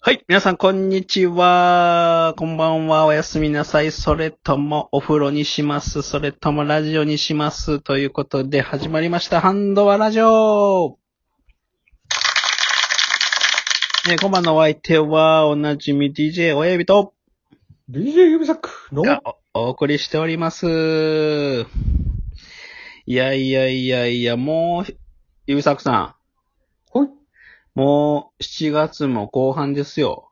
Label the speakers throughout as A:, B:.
A: はい。皆さん、こんにちは。こんばんは。おやすみなさい。それとも、お風呂にします。それとも、ラジオにします。ということで、始まりました。ハンドはラジオね、今晩のお相手は、おなじみ DJ 親指と、
B: DJ 指サックの、
A: がおお送りしております。いやいやいやいや、もう、ゆびさくさ
B: ほい。
A: ん、もう、7月も後半ですよ。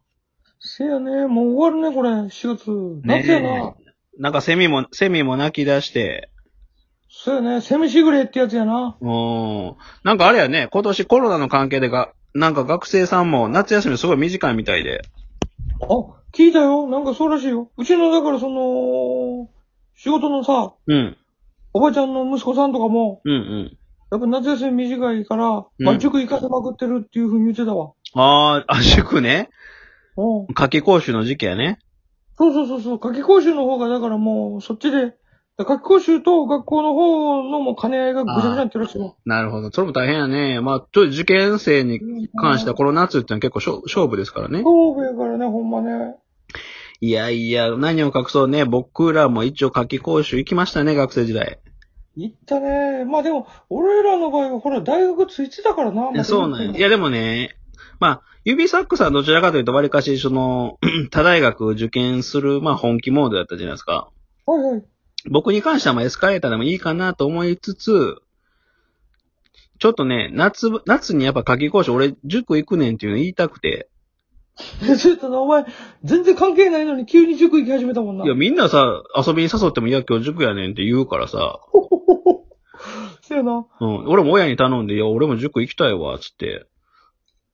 B: せやね、もう終わるね、これ、4月。
A: ねえ
B: 夏やな。
A: なんかセミも、セミも泣き出して、
B: そうやね、セミシグレってやつやな。
A: うん。なんかあれやね、今年コロナの関係でが、なんか学生さんも夏休みすごい短いみたいで。
B: あ、聞いたよ。なんかそうらしいよ。うちの、だからその、仕事のさ、
A: うん。
B: おばちゃんの息子さんとかも、
A: うんうん。や
B: やっぱ夏休み短いから、
A: うん
B: まあ、塾行かせまくってるっていう風に言ってたわ。
A: あーあ、塾ね。
B: うん。
A: 夏季講習の時期やね。
B: そうそうそうそう、夏季講習の方が、だからもう、そっちで、だから夏季講習と学校の方のもう兼ね合いがぐちゃぐちゃになってるらしいよ。
A: なるほど。それも大変やね。まあ、ちょっと受験生に関してはこの夏ってのは結構勝勝負ですからね。
B: そうやからね、ほんまね。
A: いやいや、何を隠そうね。僕らも一応夏季講習行きましたね、学生時代。
B: 行ったね。まあでも、俺らの場合は、ほら、大学ついてたからな。
A: いや、そうなんや。い
B: や。
A: や、でもね、まあ、指サックさんどちらかというと、わりかし、その、 他大学受験する、まあ、本気モードだったじゃないですか。
B: はいはい。
A: 僕に関しては、まあ、エスカレーターでもいいかなと思いつつ、ちょっとね、夏、夏にやっぱ夏季講習、俺、塾行くねんっていうの言いたくて。
B: ちょっとな、お前、全然関係ないのに急に塾行き始めたもんな。
A: いや、みんなさ、遊びに誘っても、いや、今日塾やねんって言うからさ、
B: そうやな。
A: うん、俺も親に頼んで、いや、俺も塾行きたいわ、つって。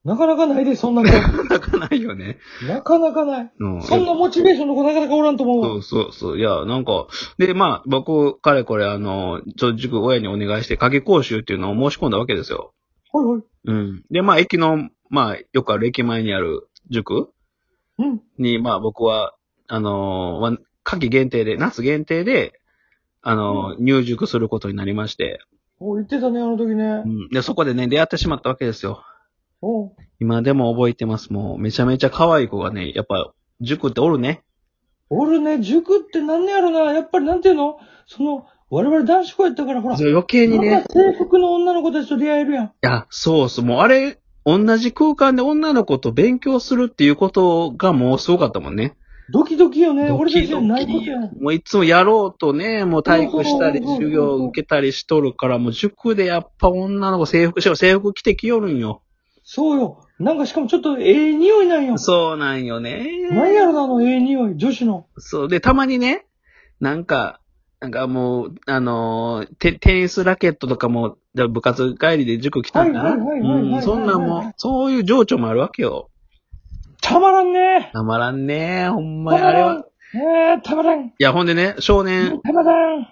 B: なかなかないで、そ んなの。
A: 泣かないよね。
B: なかなかない。
A: うん。
B: そんなモチベーションの子なかなかおらんと思う
A: そ
B: わ。
A: うそうそう。いや、なんか、で、まあ、僕、かれこれ、あの、ちょ、塾、親にお願いして、鍵講習っていうのを申し込んだわけですよ。
B: はいはい。
A: うん。で、まあ、駅の、まあ、よくある駅前にある塾
B: うん。
A: に、まあ、僕は、あのー、わ夏季限定で、夏限定で、あのー、入塾することになりまして、
B: お言ってたね、あの時
A: う
B: ね。
A: ん。で、そこでね、出会ってしまったわけですよ。
B: おう
A: 今でも覚えてます。もう、めちゃめちゃ可愛い子がね、やっぱ、塾っておるね。
B: 俺ね、塾って何やろな。やっぱり、なんていうのその、我々男子校やったから、ほら。
A: 余計にね
B: ま。た制服の女の子たちと出会えるやん。
A: いや、そうそう。もうあれ、同じ空間で女の子と勉強するっていうことがもうすごかったもんね。
B: ドキドキよね。
A: ドキドキ
B: 俺たちはないことやん。
A: もういつもやろうとね、もう体育したり、
B: うんうんうんうん
A: 授業受けたりしとるから、もう塾でやっぱ女の子制服しよう。制服着てきよるんよ。
B: そうよ。なんかしかもちょっとええ匂いなん よ。
A: そうなんよ
B: なん
A: ね。
B: やろな、あのええ匂い。女子の。
A: そう。で、たまにね、なんか、なんかもう、あのーテ、テニスラケットとかも、だから部活帰りで塾来たんだな。
B: はいはいはいはいはいはいはい
A: うんそんなんも、そういう情緒もあるわけよ。
B: たまらんね。
A: たまらんねほんま
B: たま
A: に。あれ
B: らん
A: は、。
B: えー、たまらん。
A: いや、ほんでね、少年、
B: たまらん。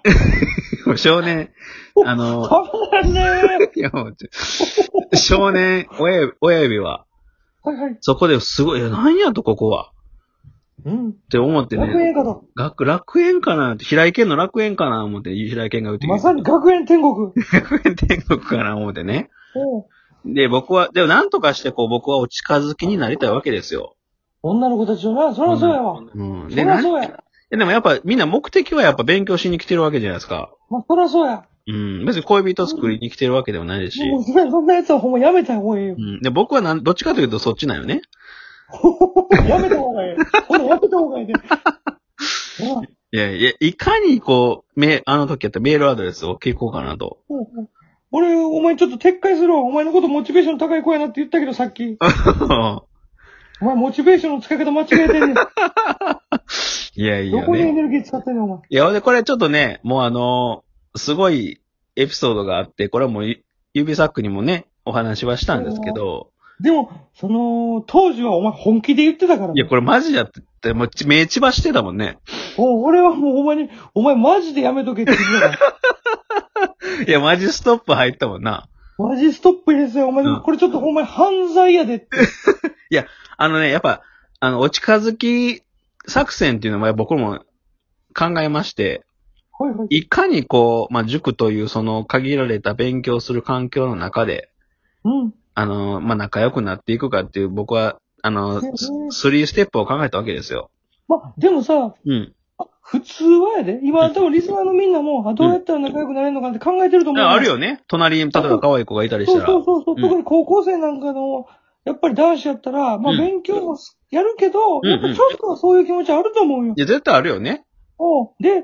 A: 少年、あ
B: た
A: の、
B: ま らんね。
A: いや、もうちょ少年、親指、親指は、
B: はいはい。
A: そこですごい、いや、何やと、ここは。
B: うん。
A: って思って
B: 学園
A: ね、
B: かと。
A: 学、楽園かなって、平井県の楽園かな思って、平井県が打ってきて
B: まさに学園 天国。
A: 楽園天国かな思ってね。
B: おう
A: で、僕は、でもなんとかして、こう、僕はお近づきになりたいわけですよ。
B: 女の子たちとな、そらそうやわ。
A: うん。
B: そ
A: で、
B: ら
A: なん
B: そうや。
A: でもやっぱ、みんな目的はやっぱ勉強しに来てるわけじゃないですか。
B: まあ、そらそうや。
A: うん。別に恋人作りに来てるわけでもないですし。
B: もうそれそんなやつはほんまやめた方 がいいよ
A: う。ん。で、僕はなん、どっちかというとそっちなんよね。
B: やめた方がいい。ほんまやめた方 がいいで。ほら
A: いやいや、いかにこう、め、あの時やったメールアドレスを聞こうかなと。
B: うんうん俺、お前ちょっと撤回するわ。お前のことモチベーション高い子やなって言ったけど、さっき。お前、モチベーションの使い方間違えて んねん。ど
A: いやいや
B: こにエ
A: ね。
B: ネルギー使ってんねん、お前。
A: いや、ほんで、これちょっとね、もうあのーすごいエピソードがあって、これはもうゆ、指サックにもね、お話はしたんですけど、
B: でも、その、当時はお前本気で言ってたから。
A: いや、これマジやって、もうち、目血ばしてたもんね。
B: お俺はもうお前に、お前マジでやめとけって言ってた から。
A: いや、マジストップ入ったもんな。
B: マジストップですよ。お前、
A: うん
B: これちょっとお前犯罪やでって。
A: あのね、やっぱ、あの、お近づき作戦っていうのは僕も考えまして、
B: はいはい。
A: いかにこう、まあ、塾というその限られた勉強する環境の中で、
B: うん。
A: あの、まあ、仲良くなっていくかっていう僕はあの、スリーステップを考えたわけですよ。
B: まあ、でもさ、
A: うん。
B: あ普通はやで。今、多分リスナーのみんなも、あどうやったら仲良くなれるのかって考えてると思う。
A: あある。よね。隣に、例えば可愛い子がいたりし
B: そ
A: た
B: う
A: ら。
B: そうそうそう、
A: うん
B: 特に高校生なんかの、やっぱり男子やったら、ま
A: う
B: あ
A: ん
B: 勉強もすやるけど、
A: うんうん
B: やっぱちょっとはそういう気持ちあると思うよ。
A: いや、絶対あるよね。
B: おで、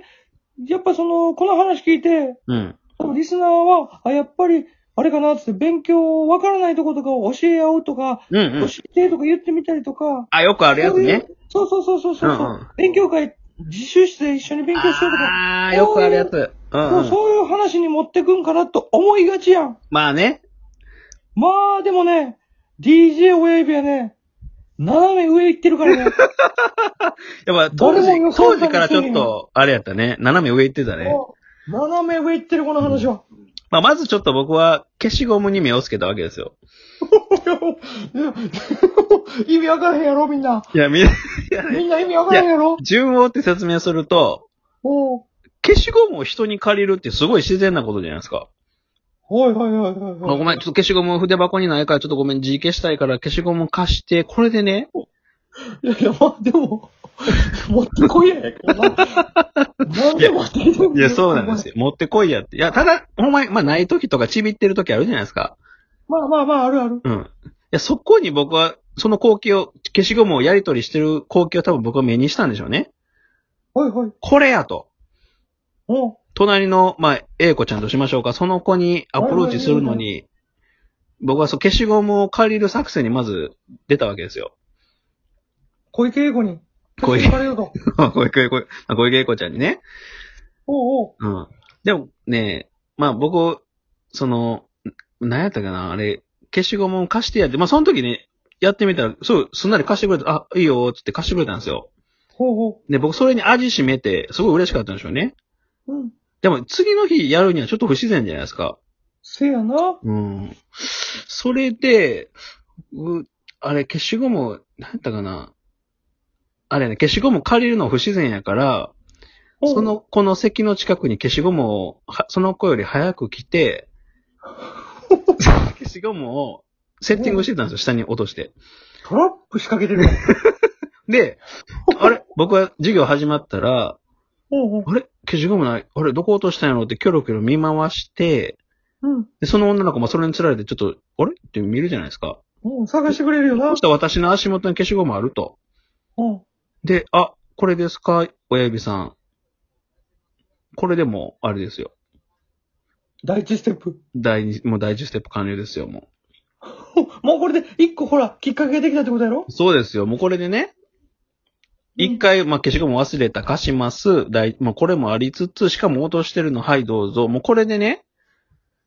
B: やっぱその、この話聞いて、
A: うん。
B: 多分リスナーは、あ、やっぱり、あれかなっつって、勉強わからないとことかを教え合うとか、
A: うんうん
B: 教。えてとか言ってみたりとか、
A: あ、よくあるやつね。
B: そうそうそうそうそう、
A: うんうん
B: 勉強会、自習室で一緒に勉強しようとか、
A: ああ、よくあるやつ。うん。
B: そううんそういう話に持ってくんかなと思いがちやん。
A: まあね。
B: まあ、でもね、DJ 親指はね、斜め上行ってるからね。
A: やっぱ当時
B: 誰も予、想
A: 当
B: されて
A: 時からちょっと、あれやったね。斜め上行ってたね。
B: もう斜め上行ってる、この話は。
A: まあ、まずちょっと僕は消しゴムに目をつけたわけですよ。
B: 意味わからへんやろ、みんな。
A: いや、みんな、い
B: みんな意味わからへんやろ。
A: 順を追って説明すると、
B: おう
A: 消しゴムを人に借りるってすごい自然なことじゃないですか。
B: はいはいはいはい
A: あご
B: はい。
A: めん、ちょっと消しゴム筆箱にないからちょっとごめん、字消したいから消しゴム貸して、これでね、
B: いやいや、まあでも、 持ってこいやねんけどな。なんで持ってきてんの
A: いや、そうなんです
B: よ。
A: よ。持ってこいやって。いや、ただ、ほんまに、まあ、ない時とかちびってる時あるじゃないですか。
B: まあまあまあ、あるある。
A: うん。いや、そこに僕は、その光景を、消しゴムをやり取りしてる光景を多分僕は目にしたんでしょうね。
B: はいはい。
A: これやと。
B: おう
A: 隣の、まあ、A 子ちゃんとしましょうか。その子にアプローチするのに、僕はそう、消しゴムを借りる作戦にまず出たわけですよ。
B: 小池栄子に。
A: 小池
B: 聞かれようと。
A: 小池、小池、小池栄子ちゃんにね。
B: おうおう。
A: うん。でもね、まあ僕、その、ん何やったかな、あれ、消しゴムを貸してやって、まあその時ね、やってみたら、そう、すんなり貸してくれた、あ、いいよ、つって貸してくれたんですよ。
B: ほうほ
A: で、僕それに味しめて、すごい嬉しかったんでしょうね。
B: う。うん。
A: でも次の日やるにはちょっと不自然じゃないですか。
B: せやな。
A: うん。それで、うあれ、消しゴム、何やったかな。あれね、消しゴム借りるの不自然やから、
B: おう
A: そ、の子の席の近くに消しゴムを、はその子より早く来て、消しゴムをセッティングしてたんですよ、下に落として。
B: トラップ仕掛けてるやん。
A: で、あれ僕は授業始まったら、
B: おうおう。
A: あれ消しゴムないあれどこ落としたんやろうってキョロキョロ見回して、
B: うん。
A: で、その女の子もそれにつられてちょっと、あれって見るじゃないですか。
B: うん、探してくれるよな
A: そし。たら私の足元に消しゴムあると。
B: うん。
A: で、あ、これですか親指さん。これでも、あれですよ。
B: 第一ステップ。
A: 第二、もう第一ステップ完了ですよ、もう。
B: もうこれで、一個ほら、きっかけができたってことやろ
A: そうですよ。もうこれでね、一。回、まあ、消しゴム忘れた、貸します。だいまあ、これもありつつ、しかも落としてるの、はい、どうぞ。もうこれでね、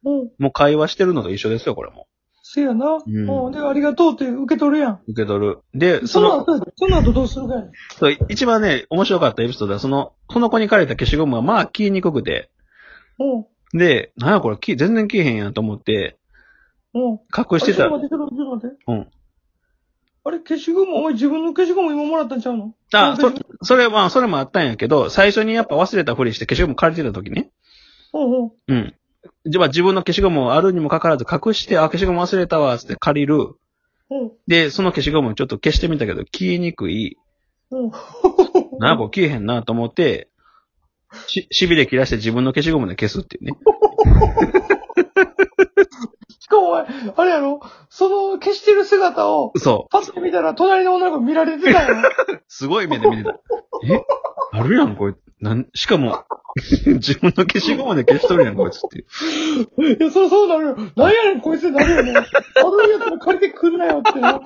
B: うん。うん
A: もう会話してるのと一緒ですよ、これも。
B: せやな。
A: ん
B: うん。で、ありがとうって受け取るやん。
A: 受け取る。で、そ
B: その
A: の、
B: 後、その後どうするかやね
A: そう一番ね、面白かったエピソードは、その、その子に借りた消しゴムは、まあ、消えにくくて。
B: うん。
A: で、なんやこれ、き全然消えへんやんと思って、
B: うん。
A: 隠して
B: あ
A: た
B: ちょっと待。って、ちょっと待って、ちょっと待って。
A: う
B: あれ、消しゴム、お前自分の消しゴム今もらったんちゃうの
A: あ、
B: そ
A: そ、それ、まあ、それもあったんやけど、最初にやっぱ忘れたふりして消しゴム借りてた時ね。
B: うんうん。
A: うん。じゃあ自分の消しゴムをあるにもかかわらず隠して、あ、消しゴム忘れたわ、つって借りる。
B: うん。
A: で、その消しゴムをちょっと消してみたけど、消えにくい。
B: うん。
A: なあ、これ消えへんなと思って、し、痺れ切らして自分の消しゴムで消すっていうね。
B: しかもお前、あれやろその消してる姿を、
A: そ
B: パッて見たら、隣の女の子見られて たやん。
A: う。すごい目で見て た。えあるやん、こいつ。なん、しかも、 自分の消しゴムで消しとるやん、こいつって。
B: いや、そりゃそうなるよ。なんやねん、こいつになるよね。あのやつら借りてくんなよって な。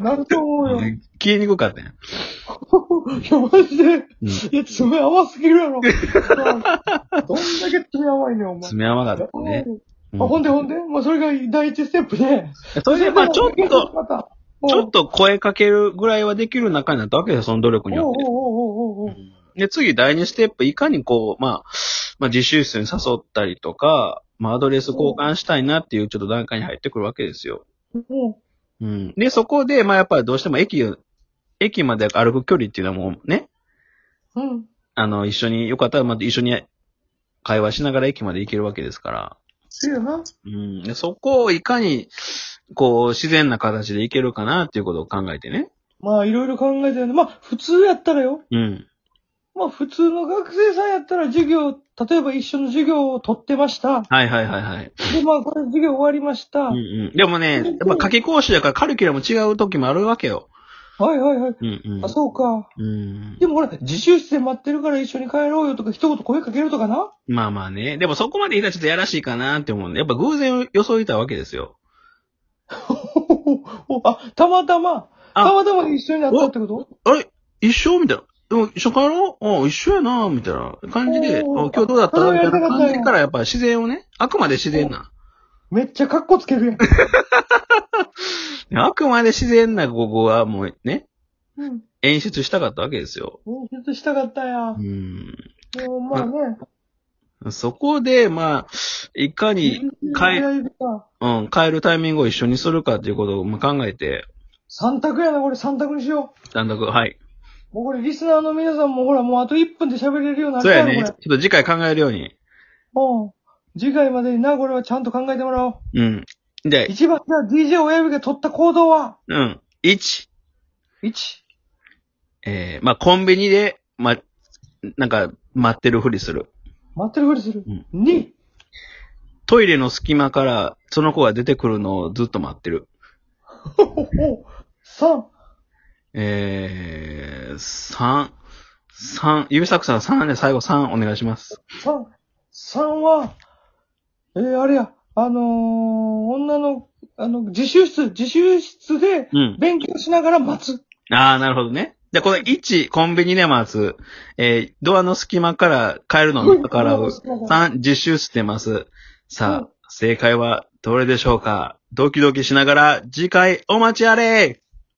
B: なると思うよ。い
A: で 消えにくかったやん。
B: や、マジで。
A: うん。
B: いや、爪甘すぎる やろ。どんだけ爪甘いねん、お前。
A: 爪甘かったね。う
B: あ、ほん
A: ん、
B: でほんで、まあ、それが第一ステップで。
A: それで、まあ、ちょっと、
B: と、
A: ちょっと声かけるぐらいはできる仲になったわけですよ、その努力によ
B: お
A: っ
B: う
A: て。
B: おうおうおうおうおう
A: で、次、第2ステップ、いかにこう、まあ、まあ、自習室に誘ったりとか、まあ、アドレス交換したいなっていうちょっと段階に入ってくるわけですよ。
B: おう。
A: うん。で、そこで、まあ、やっぱりどうしても駅、駅まで歩く距離っていうのはもうね、
B: うん。
A: あの、一緒に、よかったら、また一緒に会話しながら駅まで行けるわけですから。
B: せやな。
A: うん。で、そこをいかに、こう、自然な形でいけるかなっていうことを考えてね。
B: まあ、いろいろ考えてるんで、まあ、普通やったらよ。
A: うん。
B: まあ、普通の学生さんやったら授業、例えば一緒の授業を取ってました。
A: はいはいはいはい。
B: で、まあ、これ授業終わりました。
A: うんうん。でもね、やっぱ夏季講習だからカリキュラム違う時もあるわけよ。
B: はいはいはい。
A: うんうん。
B: あ、そうか。
A: うん。
B: でもほら、自習室で待ってるから一緒に帰ろうよとか、一言声かけるとかな。
A: まあまあね。でもそこまで言ったらちょっとやらしいかなって思うんで、やっぱ偶然を装いたわけですよ。
B: あ、たまたま、
A: あ
B: たまたま一緒になったってこと
A: あれ一緒みたいな。でも一緒帰ろうあ一緒やなみたいな感じで、あ
B: おー
A: 今日どうだった
B: それ
A: み
B: は
A: たいな
B: やりたかったんや
A: 感じからやっぱ自然をね、あくまで自然な。
B: めっちゃカッコつけるやん。
A: あくまで自然なここはもうね、
B: うん。
A: 演出したかったわけですよ。
B: 面接したかったや
A: う。ん。
B: でもまあね。
A: そこで、まあ、いかに、帰
B: る。
A: うん、帰るタイミングを一緒にするかっていうことをまあ考えて、
B: 三択やな、これ三択にしよ
A: 段落、はい。
B: う。もうこれリスナーの皆さんもほら、もうあと1分で喋れるようにな
A: そうやね。ちょ
B: こ
A: っと次回考えるように。
B: れ。うん。次回までにな、これはちゃんと考えてもらおう。
A: うん。で、
B: 一番、じゃあ DJ 親指が取った行動は
A: うん。1、
B: ?1。
A: えー、まあ、コンビニで、ま、なんか、待ってるふりする。
B: 待ってるふりする
A: うん。
B: 2。
A: トイレの隙間から、その子が出てくるのをずっと待ってる。
B: ほほほ。3。
A: えー、3、3、指作さん3で最後3お願いします。
B: 3。3は、えー、あれや、あのー、女の、あの、自習室、自習室で
A: うん。
B: 勉強しながら待つ。
A: あー、なるほどね。で、この1、コンビニで待つ。えー、ドアの隙間から帰るのを逆らう。3、自習してます。
B: う
A: さ
B: ん
A: あ、正解はどれでしょうかドキドキしながら次回お待ちあれ